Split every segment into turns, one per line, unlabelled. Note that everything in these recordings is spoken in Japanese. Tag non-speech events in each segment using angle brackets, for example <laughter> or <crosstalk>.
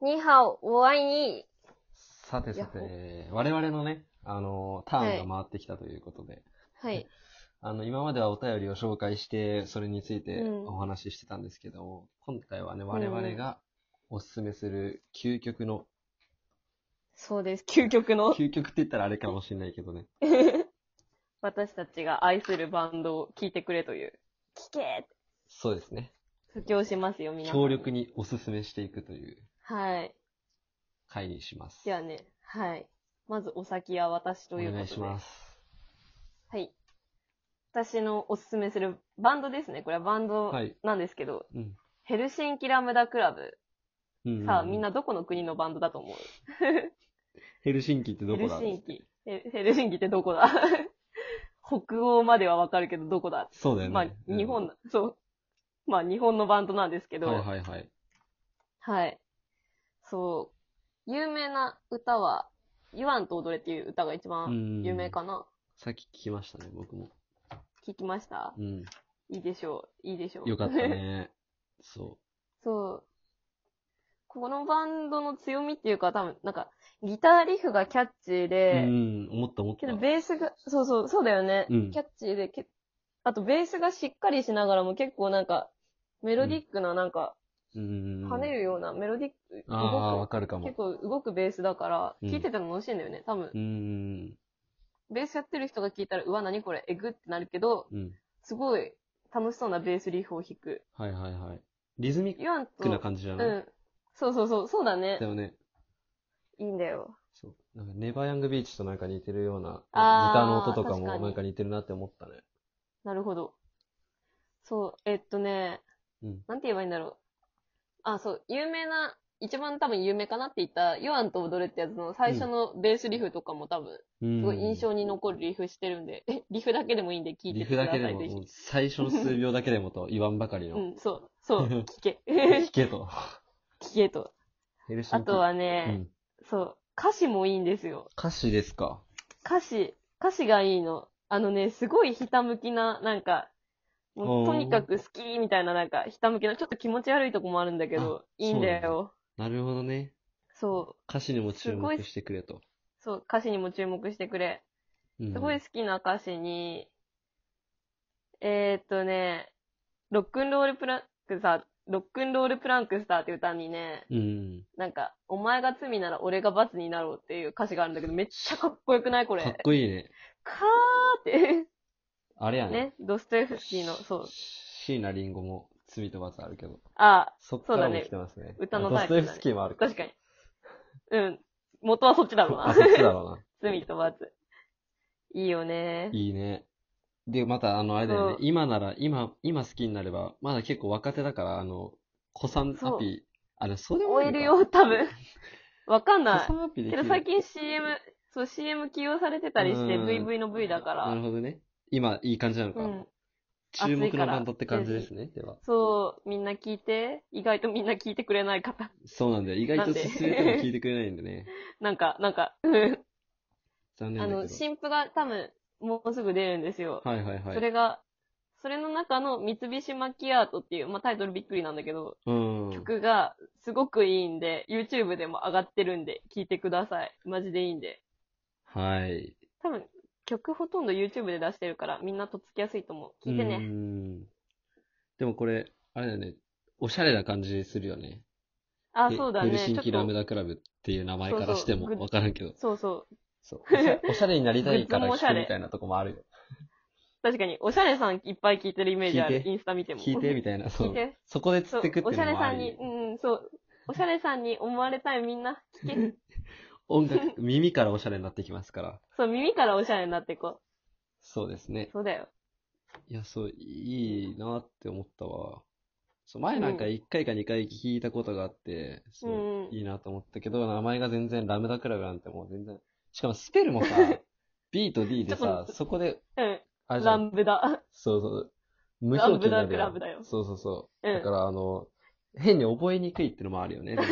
ニハオ、お会いに。
さてさ
ヤ
て、我々のね、あの、ターンが回ってきたということで、
はい。
あの、今まではお便りを紹介して、それについて
うん
お話ししてたんですけど、今回はね、我々がおすすめする究極の、
そうです。究極の
究極って言ったらあれかもしれないけどね、
私たちが愛するバンドを聴いてくれという。聞け
そうですね、
布教しますよ、皆さん。
強力におすすめしていくという
はい。
回にします。
ではね、はい。まずお先は私
お
ということで。
願いします。
はい。私のおすすめするバンドですね。これはバンド
はい
なんですけど、
うん。
ヘルシンキラムダクラブ。
うん
さあ、みん。などこの国のバンドだと思う
ヘルシンキってど
ヘ
こ
ル
だ
シンキ。ヘヘルシンキってどこだ <laughs> 北欧まではわかるけど、どこだ
そうだよね。
まあ、日本
だ
な、そう。まあ、日本のバンドなんですけ
け
ど、
はい
はい、
はいはい。
そう。有名な歌は、言わんと踊れっていう歌が一番有名かな。
さっき聞きましたね、僕も。
聞きました
うん。
いいでしょう。いいでしょう。
よかったね。 <laughs> そ
<laughs> そう。このバンドの強みっていうか、多分、なんか、ギターリフがキャッチー
う。う
で、
ん、思った思っ
け。
た
どベースが、そうそう、そうだよね。
うん
キャッチーでけ、あとベースがしっかりしながらも結構なんか、メロディックななんか、
うん。
跳ねるようなメロディック、
ああ、
動
わ
く、
かるかも
結。構動くベースだから、
うん
聴いてても楽しいんだよね。多分
う、ん。
ベースやってる人が聴いたら、うわ、何これ、えぐってなるけど、
うん。
すごい楽しそうなベースリフを弾く。
はいはいはい。リズミッ
言わんと、
クな感じじゃ
う
ない、
ん。そうそうそう、そうだね
だ。よね。
いいんだよ。
そう。なんかネバーヤングビーチとなんか似てるような、ギタ
あー
ーの音とかも
確かに
なんか似てるなって思ったね。
なるほど。そう、えっとね、
うん
なんて言えばいいんだろう。あ、そう、有名な、一番多分有名かなって言った、ヨアンと踊るってやつの最初のベースリフとかも多分、
うん。
すごい印象に残るリフしてるんで、え、リフだけでもいいんで聞い
リ
て
フ
くだ
だ
さい
けでも、
ぜひ
もう最初の数秒だけで
<laughs>
もと言わんばかり
う
の。
ん、そう、そう、 <laughs> 聞け。
聞けと。
聞けと。
ヘルシンキ
あとは
う
ね、
ん。
そう、歌詞もいいんですよ。
歌詞ですか。
歌詞、歌詞がいいの。あのね、すごいひたむきな、なんか、も
お
う
ー
とにかく好きみたいな、なんか、ひたむきな、ちょっと気持ち悪いとこもあるんだけど、いいんだ
そう
よ。
なるほどね。
そう。
歌詞にも注
すごい
目してくれと。
そう、歌詞にも注目してくれ。
うん
すごい好きな歌詞に、えー、っとね、ロックンロールプランクさ、ロックンロールプランクスターって歌にね、
うん。
なんか、お前が罪なら俺が罰になろうっていう歌詞があるんだけど、めっちゃかっこよくないこれ。
か
か
っこいいね。
ーって。
あれやね。
ね、ドストエフスキーの、そう。
椎名林檎も罪と罰あるけど。
あ、
そっ
そ
か
うだ
らも
ね
来てますね。
歌の
あ
タイプだね
ドストエフスキーもある
確かに。うん。元はそっちだろう
あ、
な
そ。っちだろう
罪と罰。いいよね
な。。いいね。で、また、あの、あれだよね
そう。
今なら、今、今好きになれば、まだ結構若手だから、あの、子さん
そう
アピ、あれ、そうでも
終
な
え
いの
る
か
よ、多分。わかん
子
ない
さ。んアピでき
け
る。
ど最近 CM、そう CM 起用されてたりして、
うん
VV の V だか
なる
ら。
ほどね。今、いい感じなのか。
うん。
注
熱
目
いか
の
ら
バンドって感じですね。では。
そう、みんな聞いて。意外とみんな聞いてくれない方。 <laughs>
そうなんだよ。意外
な
と
んで
進めても聞いてくれないん
<laughs>
でね。
なんか、なんか、うんあ
残念だ
の、
けど。
新譜が多分、もうすぐ出るんですよ。
はいはいはい。
それが、それの中の三菱マキアートっていう、まあ、タイトルびっくりなんだけど、
うん。
曲がすごくいいんで、YouTube でも上がってるんで、聞いてください。マジでいいんで。
はい。
多分、曲ほとんど YouTube で出してるから、みんなとっつきやすいと思う。聞いて
うー
ね。
ん。でもこれ、あれだよね。おしゃれな感じするよね。
あ、
へ
そうだね。
ヘルシンキ
ちょ
ラ
っと
ムダクラブっていう名前からして
そうそう
も
グッ
わからんけど。
そうそう。 <laughs>
そう。おしゃおしゃれになりたい
グ
か
ッズ
ら
もおしゃ
聞く
れ
みたいなとこもあるよ。
確かに、おしゃれさんいっぱい聞いてるイメージあ
聞い
る。
て
インスタ見ても。
聞いてみたいな。そ
聞いうて。
そこで釣
そう
ってくって
お
いう
しゃ
の
れ
もあ
さんに、
り
う。んうん、そう。おしゃれさんに思われたいみんな聞
<laughs>
け。
音楽、耳からおしゃれになってきますから。
そう、耳からおしゃれになっていこ
そうですね
う。。そうだよ。
いや、そう、いいなって思ったわ。そう、前なんか1回か2回聞いたことがあって、そう
うんうん
いいなと思ったけど、名前が全然ラムダクラブなんてもう全然、しかもスペル
<laughs>
もさ、B と D で
ちょ
さ
っ、
そこで、
うん。
あれじゃ
ラ
ん、
ンブダ。
そうそう、無表記になる
ラ
やん
ムダクラブだよ
そうそうそうう。だ
ん
か。ら、あの、変に覚えにくいってのもある
<laughs>
よね。でも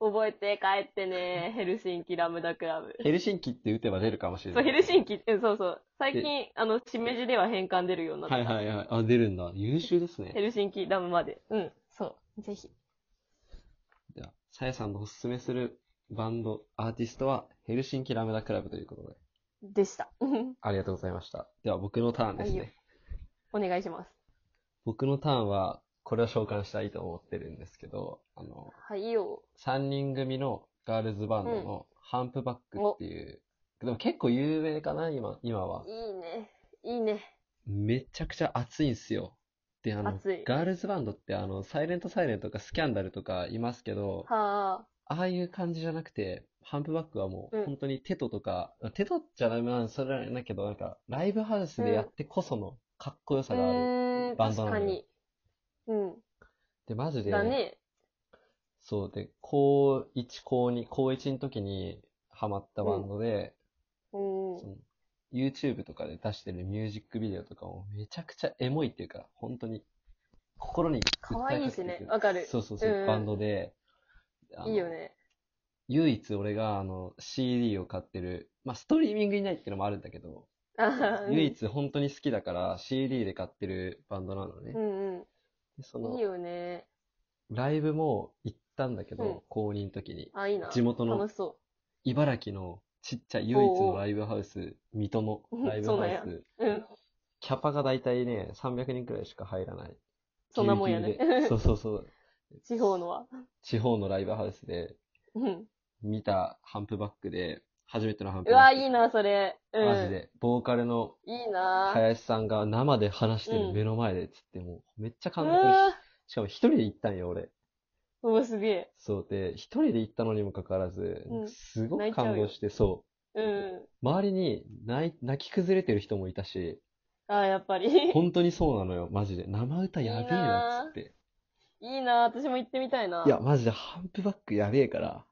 覚えて帰ってね。ヘルシンキラムダクラブ。
ヘルシンキって打てば出るかもしれ
そ
な
う、
い。
ヘルシンキって、そうそう。最近、あの、しめじでは変換出るようになった。
はいはいはい。あ、出るんだ。優秀です
ヘ
ね。
ルシンキラムまで。うん、そう。ぜひ。
さやさんのおすすめするバンド、アーティストはヘルシンキラムダクラブということで、
でした。
ありがとうございました。では僕のターンです
はいよ
ね。
お願いします。
僕のターンは、これを召喚したいと思ってるんですけど、あの、
はいよ。
3人組のガールズバンドのハンプバックっていう、でも結構有名かな、今、今は。
いいね。いいね。
めちゃくちゃ熱いんすよ。で、あの
熱い、
ガールズバンドって、あの、サイレントサイレントとかスキャンダルとかいますけど、
は
ああいう感じじゃなくて、ハンプバックはも
うん
う本当にテトとか、テトじゃダメなんそれはあれだけど、なんか、ライブハウスでやってこそのかっこよ
あ。
さがある。
うーん、
バンド
確
な
か
のよ
に。うん。
で、マジで、
だね。
そうで、高1、高2、高1の時にハマったバンドで、
うん。
その YouTube とかで出してるミュージックビデオとかもめちゃくちゃエモいっていうか、本当に心に
可愛いしね
訴えかけてくる
わかる
そうそうそう、
うん
バンドで、あの
いいよね。
唯一俺があの CD を買ってる、まあストリーミングにないっていうのもあるんだけ
<laughs>
ど、
あ
唯。一本当に好きだから CD で買ってるバンドなのね。
う
で
ん
そ
うん。いい
の
よね。
ライブも行ったんだけど、
うん
公認の時に。
あ、いいな。
地元の
楽しそ
茨城のちっちゃい唯一
おうお
の
う
ライブハウス、水戸のライブ
そうな
ハウ
んや
ス。
う。うん。
キャパが大体ね、300人くらいしか入らない。
そんなもんやね
ギリギリ
<laughs>
<laughs> でそうそうそう。
地方のは。
地方のライブハウスで
うん。
見たハンプバックで、初めてのハンプ
う
バ
わ、
ック。
いいな、それ。うん。
マジ。で。ボーカルの
いいな。
林さんが生で話して
うん
る目の前でっつって、もうめっちゃ感
う
動
わ
しかも一人で行ったんよ、俺。
うわ、すげえ。
そうで、一人で行ったのにもかかわらず
うん、
すご
泣
く
いちゃうよ
感動して、そう。
うん。
周りに泣い泣き崩れてる人もいたし、
あ、やっぱ <laughs> り。
本当にそうなのよ、マジで。生歌やべえな、っつって。
いいな、私も行ってみたいな。
いや、マジでハンプバックやべえから、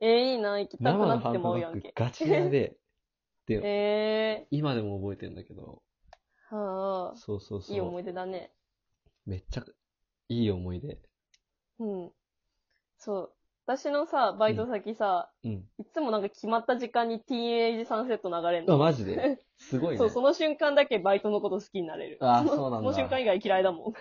えー、いいな、行きたく
生
な
の
っ
ハン
て
プ
も
バ
うや
ッ
ん
ク
け。
ガチで
<laughs>
やべえ。で、
え
今でも覚えてんだけど、
ー、はあ、
そうそうそう。
いい思い出だね。
めっちゃいい思い出。
うん。そう。私のさ、バイト先さ、
うん。
いつもなんか決まった時間にティーンエイジサンセット流れん
あ、
の。
マジで。すごいね。
<laughs> そう、その瞬間だけバイトのこと好きになれる。
あー
の
そうなん
その
だ
瞬間以外嫌いだも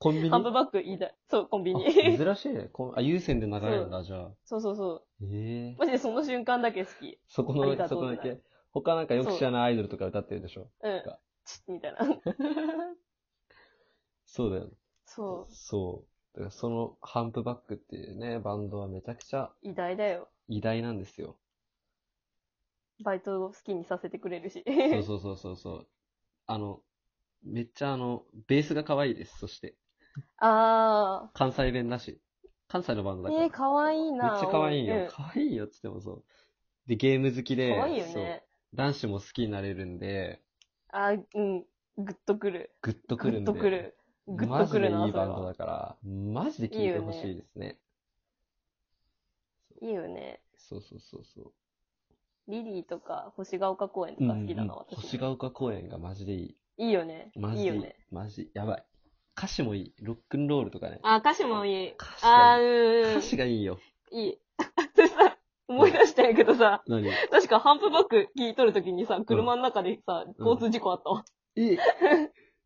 コンビ
ん。
ニ
ハンプバッグ言いたい。そう、コンビ
あ
ニ。
珍しいね。こんあ、有線で流れるんだ、じゃあ。
<laughs> そうそうそう。 <laughs>
ええ
マジでその瞬間だけ好き。
そこ
あ
の
りが、と
そうこだけ。他なんかよく知らないアイドルとか歌ってるでしょ。
うん
か。
チッみたいな。
そうだよね。
そ
そう。だからそのハンプバックっていうね、バンドはめちゃくちゃ
う。偉大だよ。
偉大なんですよ。
バイトを好きにさせてくれるし。
そうそうそうそうそう。あの、めっちゃあの、ベースが可愛いです。そして、
<laughs> あ
関西弁だし。関西のバン
ー。
ドだから。
えー、かわいいな。
めっちゃ可愛いよ。
うん
可愛いよって言ってもそう。で、ゲーム好きで、
かわいいよ
そう
ね。
男子も好きになれるんで、
あ、うん。ぐっとくる。
グッとく
ぐ
る
っ
んで。
とくる。ぐっ
マ
と
ジ
く
で
る
いい
な、
バン
それ
ド
は。
だから、マジで聴いてほしいですね。
いいよね。
そうそうそうそう。
リリーとか、星ヶ丘公園とか好きだな、私も。
星ヶ丘公園がマジでいい。
いいよね。
マジ
い
で
い
いい。
よね。
マジ、やばい。歌詞もいい。ロックンロールとかね。
あ、歌詞もいい。
歌詞が
あー、う
歌
ー
詞がいいよ。
ん。いい。私さ、思い出したんやけどさ、
何
確かハンプバック聞いとるときにさ、車の中でさ、
うん
交通事故あったわ。 <laughs>
え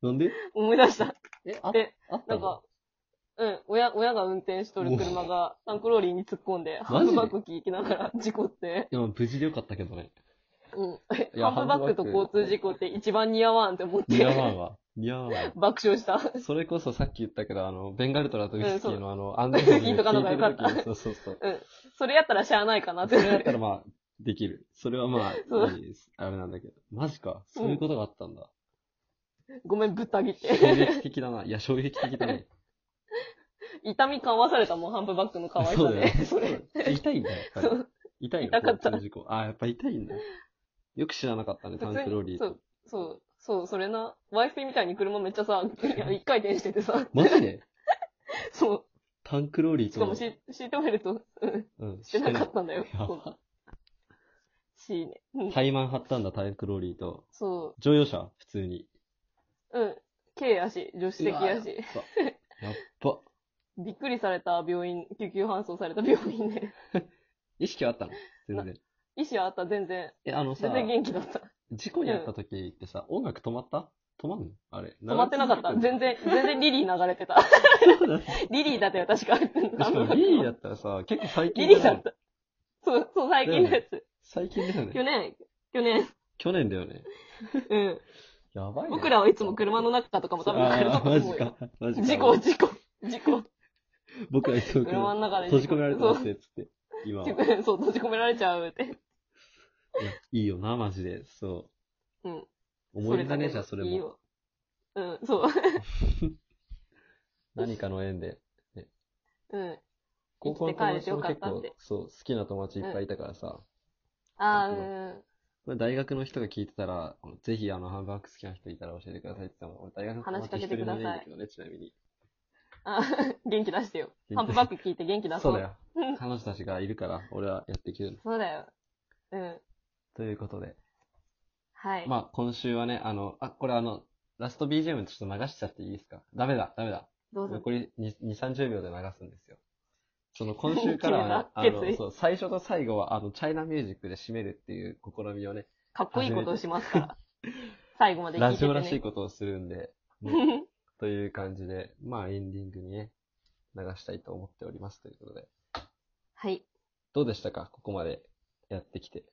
なんで
思い出した。
え、あ
え、
あった
なんか、うん、親、親が運転しとる車が、タンクローリーに突っ込んで、ハンプバック聞きながら
<laughs>
事故って。
でも無事でよかったけどね。
うん。
い
ハ
や
ンプバックと
ハンプバッ
交
ク
通事故って一番似合わんって思っ
似合わ
て、<laughs>
んわ。似合わんわ。
爆笑した。
それこそさっき言ったけど、あの、ベンガルトラとウイスキ
う
ー
ん
のあの、安全
聞いとかのがよかった
聞いてる時にそうそうそう。
それやったらしゃあないかなっ
そ
て。
れだったらまあ、できる。それはま
そ
あ、いいですあれなんだけど。マジか。そういうことがあったんだ。
ごめん、ぶった切って。
衝撃的だな。いや、衝撃的だね。
<laughs> 痛み緩和されたもん、ハンプバックの可愛さ
そうだよ
で。
ね。
それ。
痛いんだよ、やっぱり
そ。う
痛いの
痛かった
交通事故。あー、やっぱ痛いんだよ。よく知らなかったね、タンクローリー
そ
と
う。、そう、そう、それな。YFP みたいに車めっちゃ
<laughs>
さ、いや一回転しててさ、
マジで
そ
タンクローリ
う。
ー
し
と。
かもシシートベルト、うん、
うん、
してなかったんだよ。
やば
そうしね。うん
タイマン張ったんだ、タンクローリーと。
そ
乗用車普通に。
う。うん。軽やし、助手席やし。
うわ。やっばやっば。
びっくりされた病院、救急搬送された病院で。
意識はあったの全然。
意思はあった、全然。
え、あのさ
全、然元気だった。
事故に遭った時ってさ、音楽止まった止まんのあれ。
止まってなかった。
流れ
全然、全然リリー流れてた。リリーだったよ、確か。
しかもリリーだったらさ、結構最近
リリーだ
だよ
っ
ね。
た。そう、そう、最近のやつ。
最近だよ
去年、
ね。
去年、
去年だよね。
うん。
やばいね。
僕らはいつも車の中とかも多分
あ
流れたと
ーマ
思
ジ
うよ。
か。マジか。
事故、事故、事故。
僕らいつも
車の中で
閉じ込められてますね、つって。今は。
そう、 <laughs> 閉じ込められちゃうって。
いやいいよな、マジで。そう。
うん。
思い出だね、じゃあそれ
いい
も。
ようん、そう。
何かの縁で。
うん。
高校の友達も
生きて帰れてよかっ
結
た
構
って、
そう、好きな友達いっぱいいたからさ。
ああ、うん。
これ大学の人が聞いてたら、ぜひあの、ハンバーグ好きな人いたら教えてくださいって言ったもん。俺大学の友達一人もいないんだけどね、ちなみに。
あ <laughs> 元気出してよ。ハン
元気出して
プバック聞いて元気出そ。
そううだよ。彼女たちがいるから、俺はやっていけるの。
そうだよ。うん。
ということで。
はい。
まあ、今週はね、あの、あ、これあの、ラスト BGM ちょっと流しちゃっていいですかダメだ、ダメだ。
どうぞ。
残り2、2 30秒で流すんですよ。その今
<laughs>
週からはね、あ
決意
の、そう、最初と最後は、あの、チャイナミュージックで締めるっていう試みをね、
かっこいいことをしますから。最後まで聞い
ラ
てて、
ジ
ね。
オらしいことをするんで、ねという感じで、まあ、エンディングにね、流したいと思っておりますということで。
<laughs> はい。
どうでしたかここまでやってきて。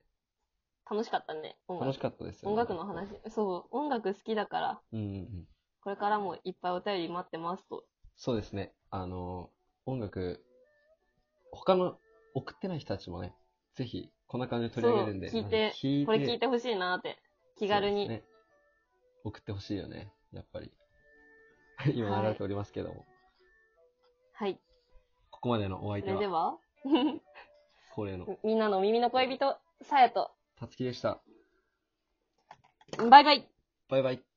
楽しかったね。音楽
楽しかったですよ
音
ね。
楽の話。そう、音楽好きだから、
うんうんうん。
これからもいっぱいお便り待ってますと。
そうですね。あの、音楽、他の送ってない人たちもね、ぜひ、こんな感じで取り上げるんで、
そう聞いて
まず聞
これ聞いてほしいなって、気軽に。
そうですね送ってほしいよね、やっぱり。 <laughs> 今流れておりますけども、
はい。
ここまでのお相
そ
手
れで
は、
は、
恒例の
<laughs> みんなの耳の恋人、さやと、
たつきでした。
バイバイ
バイバイ。